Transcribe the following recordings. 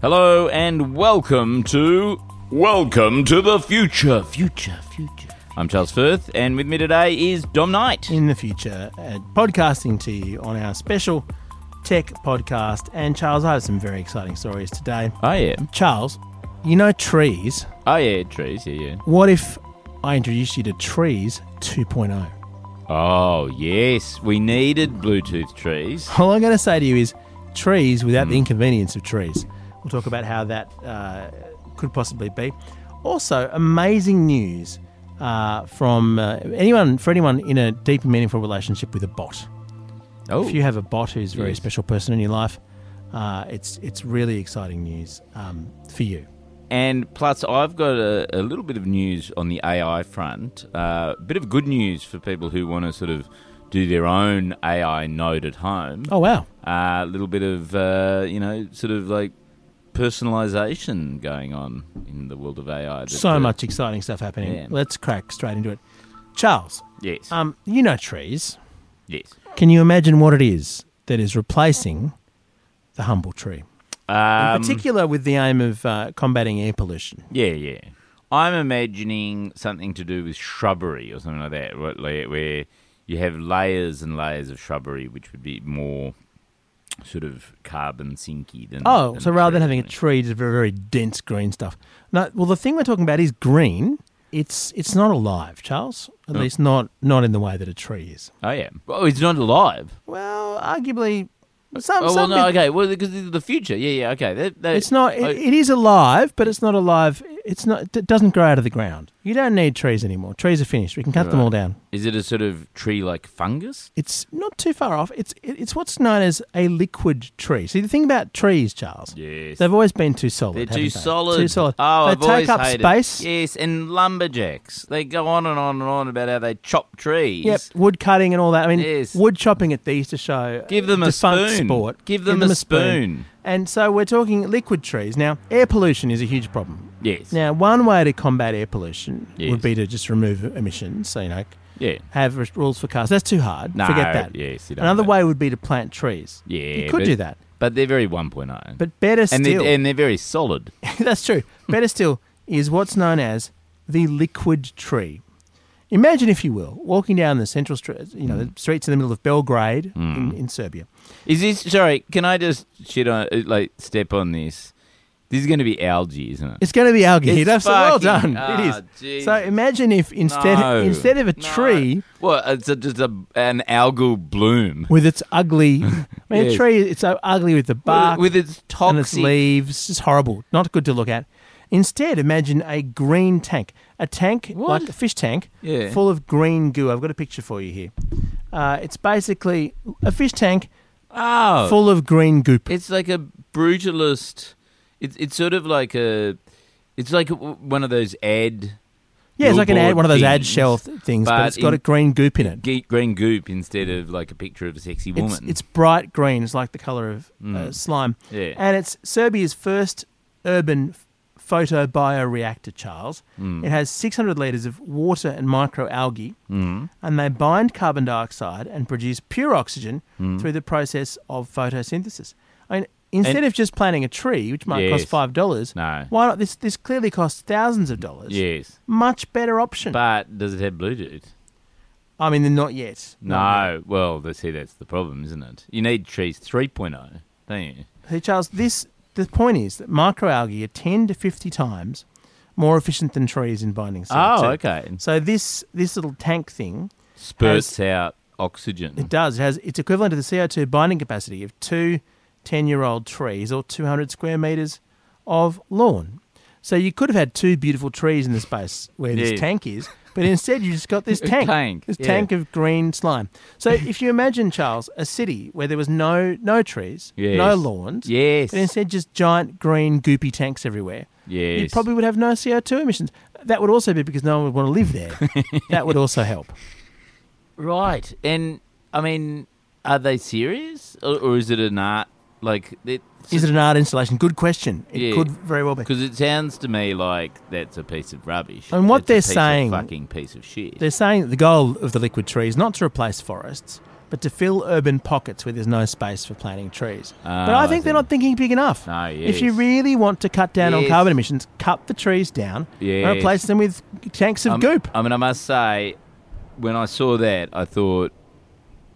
Hello and welcome to Welcome to the Future. Future, future. I'm Charles Firth, and with me today is Dom Knight. in the future at podcasting to you on our special tech podcast. And Charles, I have some very exciting stories today. Oh yeah, Charles, you know trees. oh yeah, trees. Yeah, What if I introduced you to trees 2.0? yeah. Oh yes, we needed Bluetooth trees. All I'm going to say to you is trees without the inconvenience of trees. We'll talk about how that uh, could possibly be. Also, amazing news uh, from uh, anyone for anyone in a deep and meaningful relationship with a bot. Oh, If you have a bot who's a very Yes. special person in your life, uh, it's it's really exciting news um, for you. and plus I've got a, a little bit of news on the AI front. A bit of good news for people who want to sort of do their own AI node at home. Oh wow! A little bit of uh, you know, sort of like personalization going on in the world of AI. that, So uh, much exciting stuff happening. Yeah. Let's crack straight into it. Charles, Yes. um, you know trees. yes. Can you imagine what it is that is replacing the humble tree? Um, in particular, with the aim of uh, combating air pollution. yeah, yeah. I'm imagining something to do with shrubbery or something like that, right, like, where you have layers and layers of shrubbery, which would be more sort of carbon sinky than. Oh, than so rather than having a trees. tree, just very very dense green stuff. No, well, the thing we're talking about is green. It's it's not alive, Charles. At least not not in the way that a tree is. Oh yeah. Oh, it's not alive. Well, arguably, some. oh well, Um, some no. bit- Okay. Well, because it's the future. Yeah, yeah. Okay. That, that, Oh, It's not. I- It, it is alive, but it's not alive. It's not. It doesn't grow out of the ground. You don't need trees anymore. Trees are finished. We can cut them all down. is it a sort of tree like fungus? It's not too far off. It's it, it's what's known as a liquid tree. See the thing about trees, Charles. Yes. They've always been too solid. They're haven't too they? solid. Too solid. Oh, they I've always take up hated- space. Yes, and lumberjacks. They go on and on and on about how they chop trees. Yep, wood cutting and all that. I mean, Yes. wood chopping at these to show uh, Give them a defunct spoon. sport. Give them a spoon. And so we're talking liquid trees now. Air pollution is a huge problem. Yes. Now, one way to combat air pollution Yes. would be to just remove emissions. So you know, Yeah. have r- rules for cars. That's too hard. No, Forget that. yes, you don't Another want way would be to plant trees. Yeah. you could but- do that, But they're very 1.0. but better and still, they're, and they're very solid. That's true. Better still is what's known as the liquid tree. Imagine, if you will, walking down the central street, you know, Mm. the streets in the middle of Belgrade in, in Serbia. Is this sorry, can I just shit on uh, like step on this? This is going to be algae, isn't it? It's going to be algae. It's That's well fucking- done. ah, it is. So Jesus. imagine if instead No. instead of a No. tree Well, it's a, just a, an algal bloom. with its ugly, I mean, Yes. a tree it's so ugly with the bark with its and its toxic leaves. It's horrible. Not good to look at. Instead, imagine a green tank, a tank What? like a fish tank, Yeah. full of green goo. I've got a picture for you here. Uh, it's basically a fish tank Oh. full of green goop. It's like a brutalist. It's it's sort of like a. It's like w- one of those ad yeah, it's like an ad, billboard one of those ad things, shell th- things, but, but it's got in- a green goop in it. ge- green goop instead of like a picture of a sexy It's, woman. Mm. it's bright green. It's like the color of uh, slime. Yeah. And it's Serbia's first urban f- photobioreactor, Charles. Mm. It has 600 litres of water and microalgae, mm. and they bind carbon dioxide and produce pure oxygen through the process of photosynthesis. I mean, instead Mm. And- of just planting a tree, which might Yes. cost $5, No. why not? This, this clearly costs thousands of dollars. yes, Much better option. but does it have Bluetooth? I mean, not yet. Not No. Well, they see that's the problem, isn't it? You need trees 3.0, don't you? yet. See, Charles, this, the point is that microalgae are 10 to 50 times more efficient than trees in binding CO2. oh, okay. So this this little tank thing, Spurts out oxygen. it does it has it's equivalent to the CO2 binding capacity of two 10-year-old trees or 200 square meters of lawn. So you could have had two beautiful trees in the space where this Yeah. tank is, But instead, you just got this A tank, tank, this yeah. tank of green slime. So if you imagine, Charles, a city where there was no no trees, no Yes. lawns, Yes. but instead just giant green goopy tanks everywhere, you Yes. probably would have no CO2 emissions. That would also be because no one would want to live there. that would also help. Right. And I mean, are they serious, or, or is it an art? Like, Is it an art installation? Good question. It Yeah. could very well be. Because it sounds to me like that's a piece of rubbish. And That's a what they're piece of saying- fucking piece of shit. They're saying that the goal of the liquid tree is not to replace forests, but to fill urban pockets where there's no space for planting trees. but Ah, I I think they're see. not thinking big enough. No, If you yes. really want to cut down on Yes. carbon emissions, cut the trees down and Yes. replace them with tanks of Um, goop. I mean, I must say, when I saw that, I thought,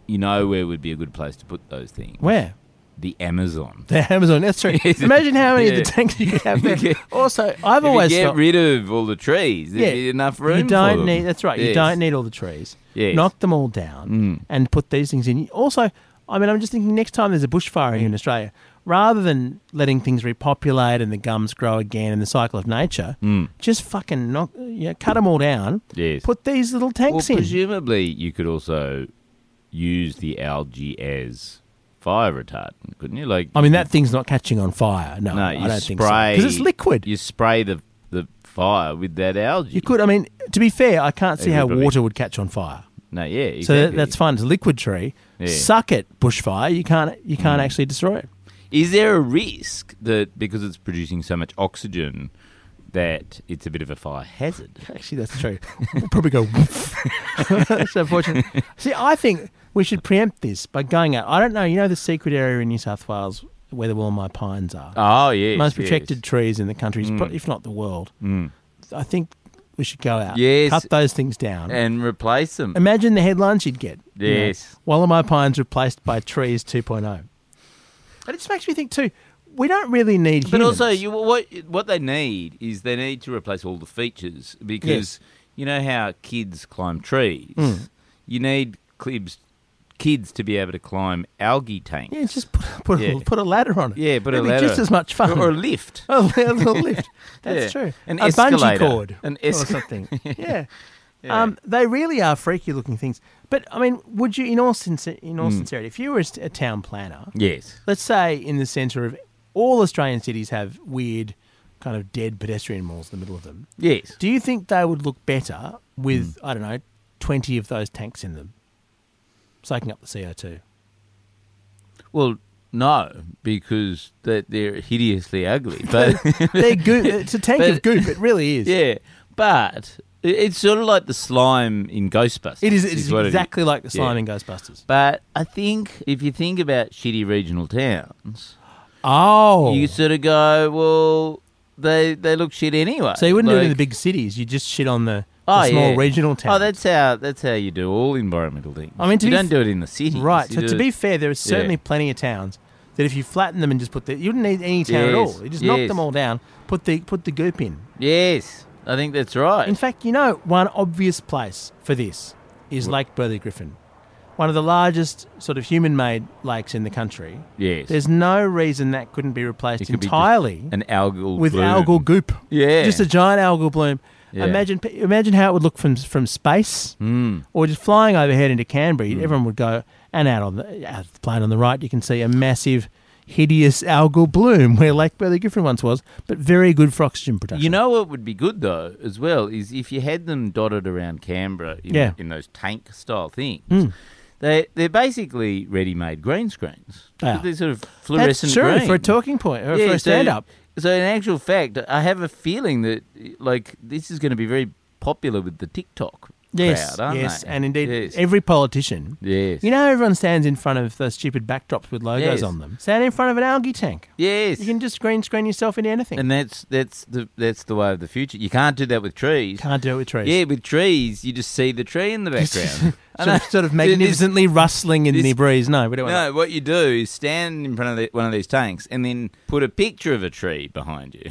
you know, where would be a good place to put those things? Where? The Amazon. The Amazon. That's true. Yes. Imagine how many Yeah. of the tanks you could have there. Yeah. Also, I've If always you get thought, rid of all the trees, there'd be enough room. You for don't them. need. That's right. You Yes. don't need all the trees. Yes. Mm. Knock them all down and put these things in. Also, I mean, I'm just thinking next time there's a bushfire Mm. here in Australia, rather than letting things repopulate and the gums grow again in the cycle of nature, just fucking knock, you know, cut them all down. Mm. Yes. Put these little Well, tanks in. presumably, you could also use the algae as fire retardant, couldn't you? Like, I mean, that thing's not catching on fire. No, no, I you don't think so. spray Because it's liquid. You, You spray the the fire with that algae. could. I mean, to be fair, I can't see It how would probably- water would catch on fire. No, yeah, exactly. So that, that's fine. It's a liquid tree. Yeah. Mm. Suck it, bushfire. You can't. You can't actually destroy it. Is there a risk that because it's producing so much oxygen that it's a bit of a fire hazard? Actually, that's true. We'll probably go. woof. that's unfortunate. See, I think we should preempt this by going out. I don't know. You know the secret area in New South Wales where the Wilmar pines are, Oh yes, yes. most Mm. protected trees in the country, is pro- if not the world. I think we should go out. Yes. cut those things down. and replace them. Imagine the headlines you'd get. you know, Yes. Willamai pines replaced by trees 2.0. But it just makes me think too. We don't really need But humans. also, you, what what they need is they need to replace all the features because Yes. Hmm. you know how kids climb trees. You need clibs, kids to be able to climb algae tanks. yeah, just put, put, Yeah. a, put a ladder on it. yeah, but a It'd be ladder just as much fun. or a lift. Oh, a little lift. That's Yeah. true. An a bungee escalator. cord An or esca- something. yeah. Um, they really are freaky looking things. But I mean, would you, in all, sincer- in Mm. all sincerity, if you were a, s- a town planner, Yes, let's say in the centre of all Australian cities have weird, kind of dead pedestrian malls in the middle of them, yes. do you think they would look better with, Hmm. I don't know, 20 of those tanks in them, soaking up the CO2? Well, no, because they're, they're hideously ugly. But They're goop. It's a tank of But- goop. It really is. yeah, but it- it's sort of like the slime in Ghostbusters. It is, it is what exactly like the slime Yeah. in Ghostbusters. But I think if you think about shitty regional towns, Oh. you sort of go, well, they they look shit anyway. So you wouldn't do it in the Like- big cities. You just shit on the, the Oh, small yeah. regional towns. Oh, that's how that's how you do all environmental things. I mean, to you be don't f- do it in the city, right. So to be fair, there are certainly Yeah. plenty of towns that if you flatten them and just put the, you wouldn't need any town at all. Yes, You just knock yes. them all down. Put the put the goop in. yes, I think that's right. In fact, you know one obvious place for this is Lake Burley Griffin, one of the largest sort of human-made lakes in the country. yes, There's no reason that couldn't be replaced could be just entirely an algal with bloom. algal goop. Yeah. just a giant algal bloom. Yeah. Hmm. Imagine, imagine how it would look from from space, mm. or just flying overhead into Canberra. Everyone would go and out on the out of the plane on the right. You can see a massive, hideous algal bloom where Lake Burley Griffin once was, but very good for oxygen production. You know what would be good though, as well, is if you had them dotted around Canberra in, Yeah. Hmm. in those tank style things. They they're basically ready made green screens. They are. They're sort of that's fluorescent true green. for a talking point or Yeah, for so- a stand up. So in actual fact, I have a feeling that like this is going to be very popular with the TikTok Yes, crowd, aren't yes, they? and indeed Yes. every politician. yes. You know, everyone stands in front of those stupid backdrops with logos Yes. on them. Stand in front of an algae tank. yes. You can just green screen yourself into anything. and that's that's the that's the way of the future. You can't do that with trees. Can't do it with trees. Yeah, with trees, you just see the tree in the background. I sort, of, know. sort of It is- magnificently rustling in this- the breeze. No, we don't want No, what you do is stand in front of the, one of these tanks and then put a picture of a tree behind you.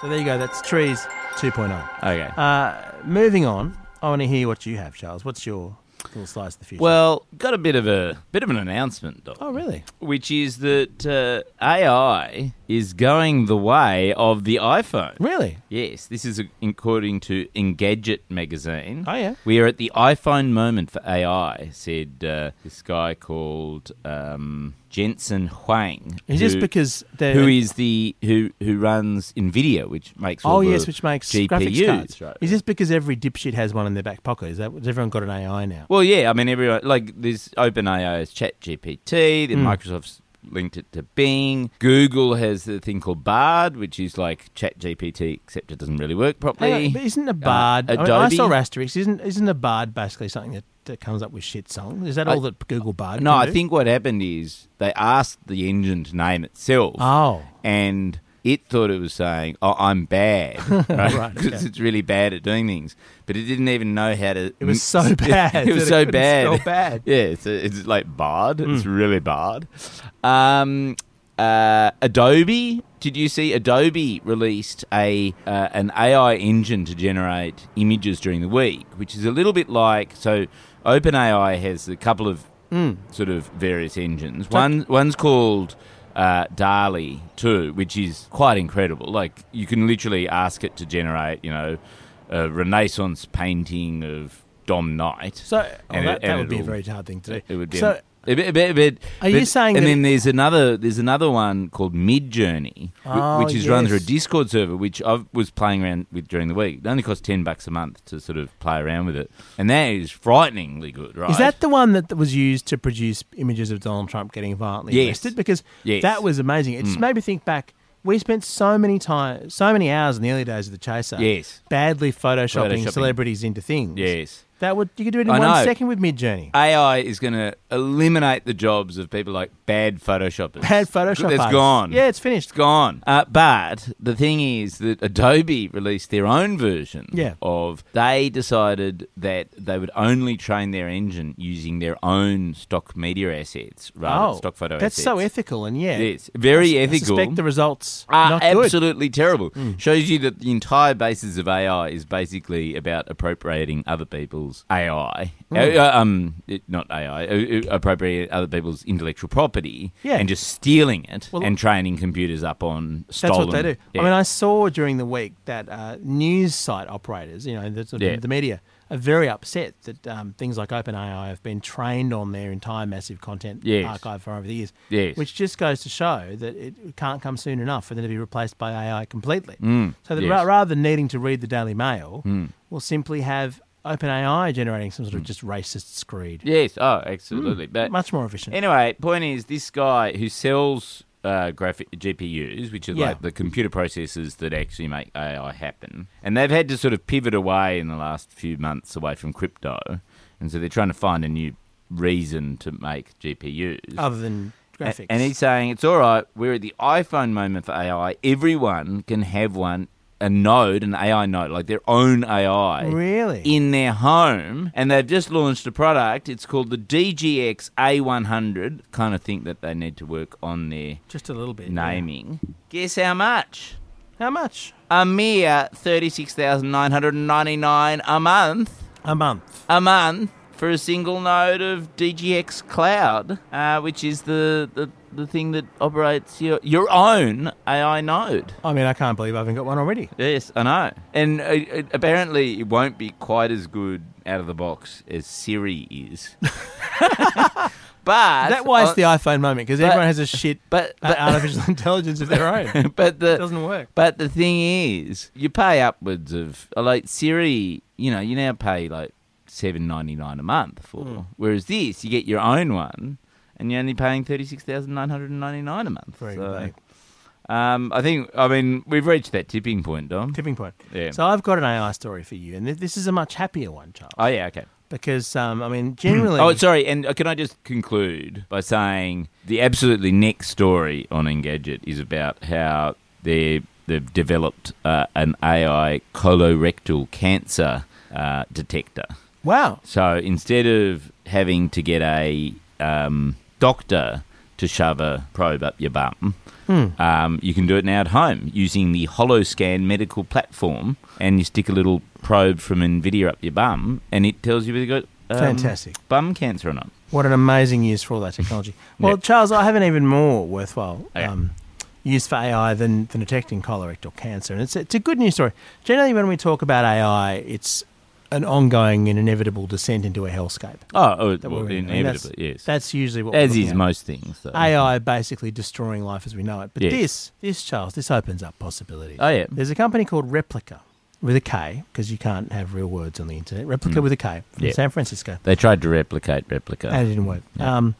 So there you go. That's trees 2.0. Okay. Uh, moving on, I want to hear what you have, Charles. What's your little slice of the future? well, got a bit of a bit of an announcement, Doc. oh really? which is that uh, AI is going the way of the iPhone. Really? Yes, this is according to Engadget magazine. Oh, yeah. We are at the iPhone moment for AI, said uh, this guy called um, Jensen Huang. Is this because they're who is the who who runs Nvidia, which makes all Oh the yes, which makes GPUs. graphics cards. Right. Is this because every dipshit has one in their back pocket? Is that has everyone got an AI now? Well, yeah, I mean, everyone like there's OpenAI's ChatGPT, then Mm. Microsoft's linked it to Bing. Google has the thing called Bard, which is like ChatGPT, except it doesn't really work Hang properly. on, but isn't a bard? I, mean, I uh, Adobe? saw Asterix. Isn't isn't a bard basically something that, that comes up with shit songs? Is that I- all that Google Bard? no, can I do? think what happened is they asked the engine to name itself, Oh, and it thought it was saying, "Oh, I'm bad," right? Right, Because okay. it's really bad at doing things. But it didn't even know how to. it was so bad. it was that so couldn't bad. spell bad. Yeah, it's, it's like barred. It's really barred. Um, uh, Adobe. Did you see Adobe released a uh, an AI engine to generate images during the week, which is a little bit like so. OpenAI has a couple of sort of various engines. One one's called uh, DALI two, which is quite incredible. Like you can literally ask it to generate, you know, a Renaissance painting of Dom Knight. So oh, And that, it- that and would be a it'll- very hard thing to do. it would be. So a bit, a bit, a bit- Are you but- saying And that then there's another there's another one called Mid Journey, Oh, which is run yes. through a Discord server, which I was playing around with during the week. It only costs ten bucks a month to sort of play around with it, and that is frighteningly good, right? Is that the one that was used to produce images of Donald Trump getting violently Yes. arrested? Because Yes. Mm. that was amazing. It just made me think back. We spent so many time, so many hours in the early days of the Chaser, Yes. badly photoshopping, Photoshopping. celebrities into things. yes? that would you could do it in I one second know. Uh, with Mid Journey. AI is going to eliminate the jobs of people like bad photoshoppers. Bad Photoshop. It's artists. gone. Yeah, it's finished. It's gone. Uh, but the thing is that Adobe released their own version Yeah. of. They decided that they would only train their engine using their own stock media assets rather than stock photo Oh, that's assets. so ethical, and yeah, Yes, very I ethical. suspect the results Ah, not good. Hmm. absolutely terrible. Shows you that the entire basis of AI is basically about appropriating other people's AI. Hmm. Uh, uh, um, it- not AI, uh, uh, appropriating other people's intellectual property Yeah. and just stealing it Well, and training computers up on That's stolen. what they do. Yeah. I mean, I saw during the week that uh, news site operators, you know, the, sort of Yeah. the media, are very upset that um, things like OpenAI have been trained on their entire massive content Yes. archive for over the years. Yes. Which just goes to show that it can't come soon enough for them to be replaced by AI completely. so that Mm. yes. Mm. ra- rather than needing to read the Daily Mail, we'll simply have OpenAI generating some sort of just racist screed. yes, Hmm. oh, absolutely. But Much more efficient. Anyway, point is this guy who sells uh, graphic GPUs, which are Yeah. like the computer processors that actually make AI happen, and they've had to sort of pivot away in the last few months away from crypto, and so they're trying to find a new reason to make GPUs. other than A- Oh, graphics. And he's saying it's all right. We're at the iPhone moment for AI. Everyone can have one, a node, an AI node, like their own AI really uh, in their home, and they've just launched a product. It's called the DGX A100. Kind of think that they need to work on their just a little bit yeah. naming. Guess how much? How much A mere thirty-six thousand nine hundred and ninety-nine a month. a month? A month. For a single node of DGX Cloud, uh, which is the, the, the thing that operates your, your own AI node. I mean, I can't believe I haven't got one already. Yes, I know. And uh, uh, apparently, it won't be quite as good out of the box as Siri is. but Is that why it's uh, the iPhone moment? Because everyone has a shit but uh, but, artificial intelligence of their own. It but the doesn't work. but the thing is, you pay upwards of uh, like Siri. You know, Hmm. you now pay like seven ninety nine a month for. Whereas this, you get your own one. and you're only paying thirty six thousand nine hundred and ninety nine a month. Very So, good, mate. um, I think I mean we've reached that tipping point, Dom. Tipping point. Yeah. So I've got an AI story for you, and th- this is a much happier one, Charles, oh yeah, okay. because um, I mean, generally, Oh, sorry. And uh, can I just conclude by saying the absolutely next story on Engadget is about how they they've developed uh, an AI colorectal cancer uh, detector. wow, So instead of having to get a um, doctor to shove a probe up your bum, Hmm. um, you can do it now at home using the HoloScan medical platform, and you stick a little probe from Nvidia up your bum, and it tells you whether you got um, Fantastic. bum cancer or not. what an amazing use for all that technology. Well, Yeah. Oh, Charles, I have an even more worthwhile Okay. um, use for AI than, than detecting colorectal cancer, and it's it's a good news story. Generally, when we talk about AI, it's an ongoing and inevitable descent into a hellscape. Oh, oh that well, we're in. I mean, inevitably, yes. That's usually what we're As looking is at. most things. so. AI basically destroying life as we know it. But Yes. this, this Charles, this opens up possibilities. Oh, yeah. There's a company called Replica with a K because you can't have real words on the internet. Replica with a K from Hmm. Yeah. San Francisco. They tried to replicate replica. And it didn't work. Um,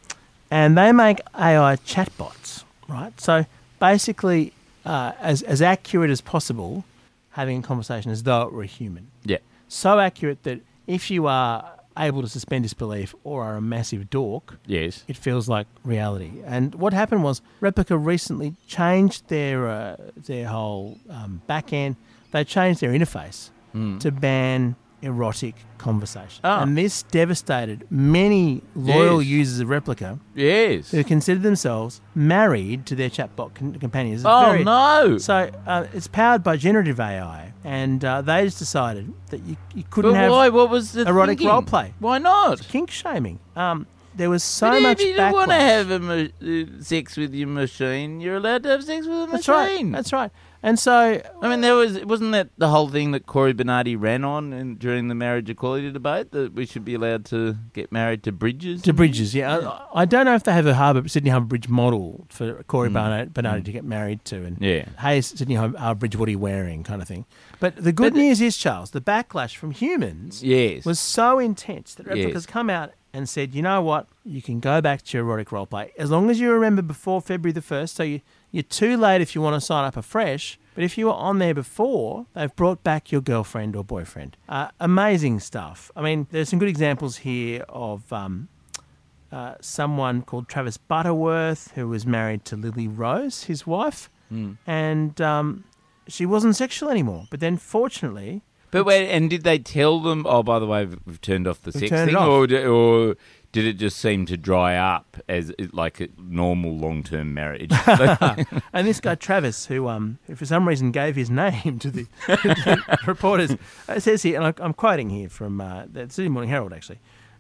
and they make AI chatbots, right? So basically, uh, as, as accurate as possible, having a conversation as though it were a human. yeah. So accurate that if you are able to suspend disbelief or are a massive dork, Yes. it feels like reality. And what happened was Replica recently changed their uh, their whole um, back end. They changed their interface to ban erotic conversation, Hmm. Ah. and this devastated many loyal Yes. users of Replica Yes. who considered themselves married to their chatbot con- companions. It's Oh very- no. So uh, it's powered by generative AI, and uh, they just decided that you, you couldn't But have why? What was the erotic thinking? role play. Why not? kink shaming. Um, there was so But much if you backlash. don't want to have a ma- uh, sex with your machine, you're allowed to have sex with a That's machine. right. That's right. And so, uh, I mean, there was wasn't that the whole thing that Corey Bernardi ran on in, during the marriage equality debate that we should be allowed to get married to bridges. to bridges, yeah, I, I don't know if they have a harbour Sydney Harbour Bridge model for Corey Barnett, Bernardi to get married to, and Yeah. hey, Sydney Har- Harbour Bridge, what are you wearing, kind of thing. But the good news is, Charles, the backlash from humans Yes. was so intense that Yes. Replica's come out and said, you know what, you can go back to your erotic roleplay as long as you remember before February the 1st. So you, you're too late if you want to sign up afresh. But if you were on there before, they've brought back your girlfriend or boyfriend. Uh, amazing stuff. I mean, there's some good examples here of um, uh, someone called Travis Butterworth who was married to Lily Rose, his wife. Hmm. And um, she wasn't sexual anymore. But then, fortunately, But wait, and did they tell them? Oh, by the way, we've we've turned off the We've sex turned it thing, off. or did, or did it just seem to dry up as it- like a normal long term marriage? And this guy Travis, who um, who for some reason gave his name to the, to the reporters, uh, says here, and I, I'm quoting here from uh, the Sydney Morning Herald actually.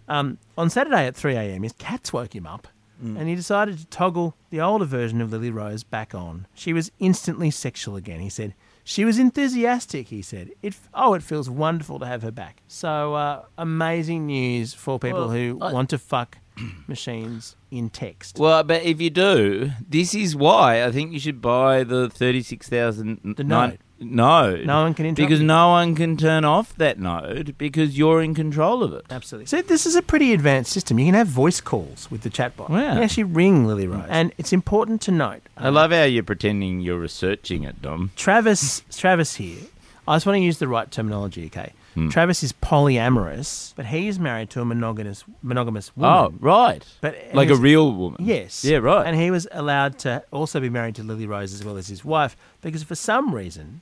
Um, on Saturday at 3 a.m., his cats woke him up, Mm. and he decided to toggle the older version of Lily Rose back on. She was instantly sexual again. He said she was enthusiastic. He said, "It oh, it feels wonderful to have her back." So uh, amazing news for people Well, who I- want to fuck machines in text. well, but if you do, this is why I think you should buy the thirty six thousand The nine. No, No one can interrupt because you. no one can turn off that node because you're in control of it. Absolutely. So this is a pretty advanced system. You can have voice calls with the chatbot. Wow. You can actually ring Lily Rose. And it's important to note. uh, I love how you're pretending you're researching it, Dom. Travis Travis here. I just want to use the right terminology, okay? Travis is polyamorous, but he is married to a monogamous monogamous woman. Oh, right. But and like a his- real woman. Yes. Yeah, right. And he was allowed to also be married to Lily Rose as well as his wife because for some reason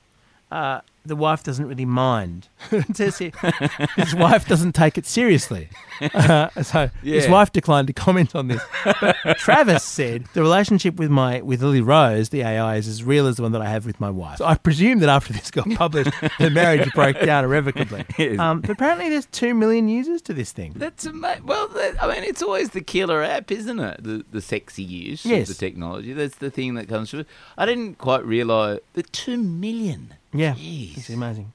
uh, the wife doesn't really mind. It says here, his wife doesn't take it seriously. Uh, so his Yeah. wife declined to comment on this. But Travis said the relationship with my with Lily Rose, the AI, is as real as the one that I have with my wife. So I presume that after this got published, the marriage broke down irrevocably. Yes. Um, but apparently, there's two million users to this thing. That's amazing. Well, that, I mean, it's always the killer app, isn't it? The the sexy use Yes. of the technology. That's the thing that comes through. I didn't quite realise the two million. Yeah, it's Jeez. amazing.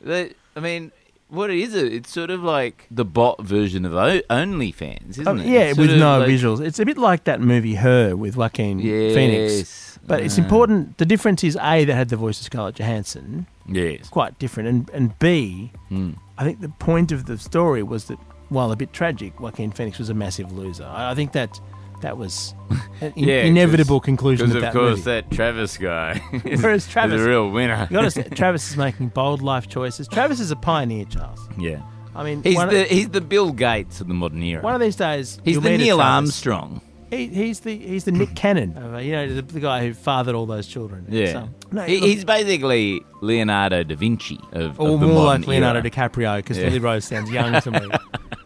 That- I mean, what is it? It's sort of like the bot version of o- OnlyFans, isn't Oh, it? Yeah, It's sort with of no like- visuals. It's a bit like that movie Her with Joaquin Phoenix. Yes. But it's Uh, important. The difference is A, they had the voice of Scarlett Johansson, Yes. quite different, and and B, I Hmm. think the point of the story was that while a bit tragic, Joaquin Phoenix was a massive loser. I, I think that That was an Yeah, 'cause- inevitable conclusion Because of of that course movie. that Travis guy is, Whereas is Travis- a real winner. You gotta say, Travis is making bold life choices. Travis is a pioneer, Charles. yeah, I mean, he's one, the of, he's the Bill Gates of the modern era. one of these days he's you'll the meet a Neil Travis. Armstrong. He, he's the he's the Nick Cannon, of, uh, you know, the, the guy who fathered all those children. um, Yeah, So- no, He- look, he's basically Leonardo da Vinci of, or of the more modern like Leonardo era. DiCaprio because Yeah. Lily Rose sounds young to me.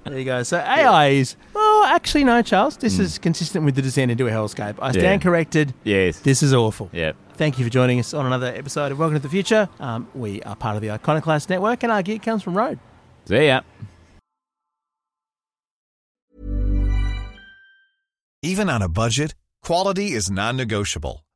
there you go. So AI is well, actually no, Charles. This is consistent with the descent into a hellscape. I stand Mm. Yeah. corrected. Yes. This is awful. Yep. Thank you for joining us on another episode of Welcome to the Future. Um, we are part of the Iconoclast Network, and our gear comes from Road. See ya. Even on a budget, quality is non-negotiable.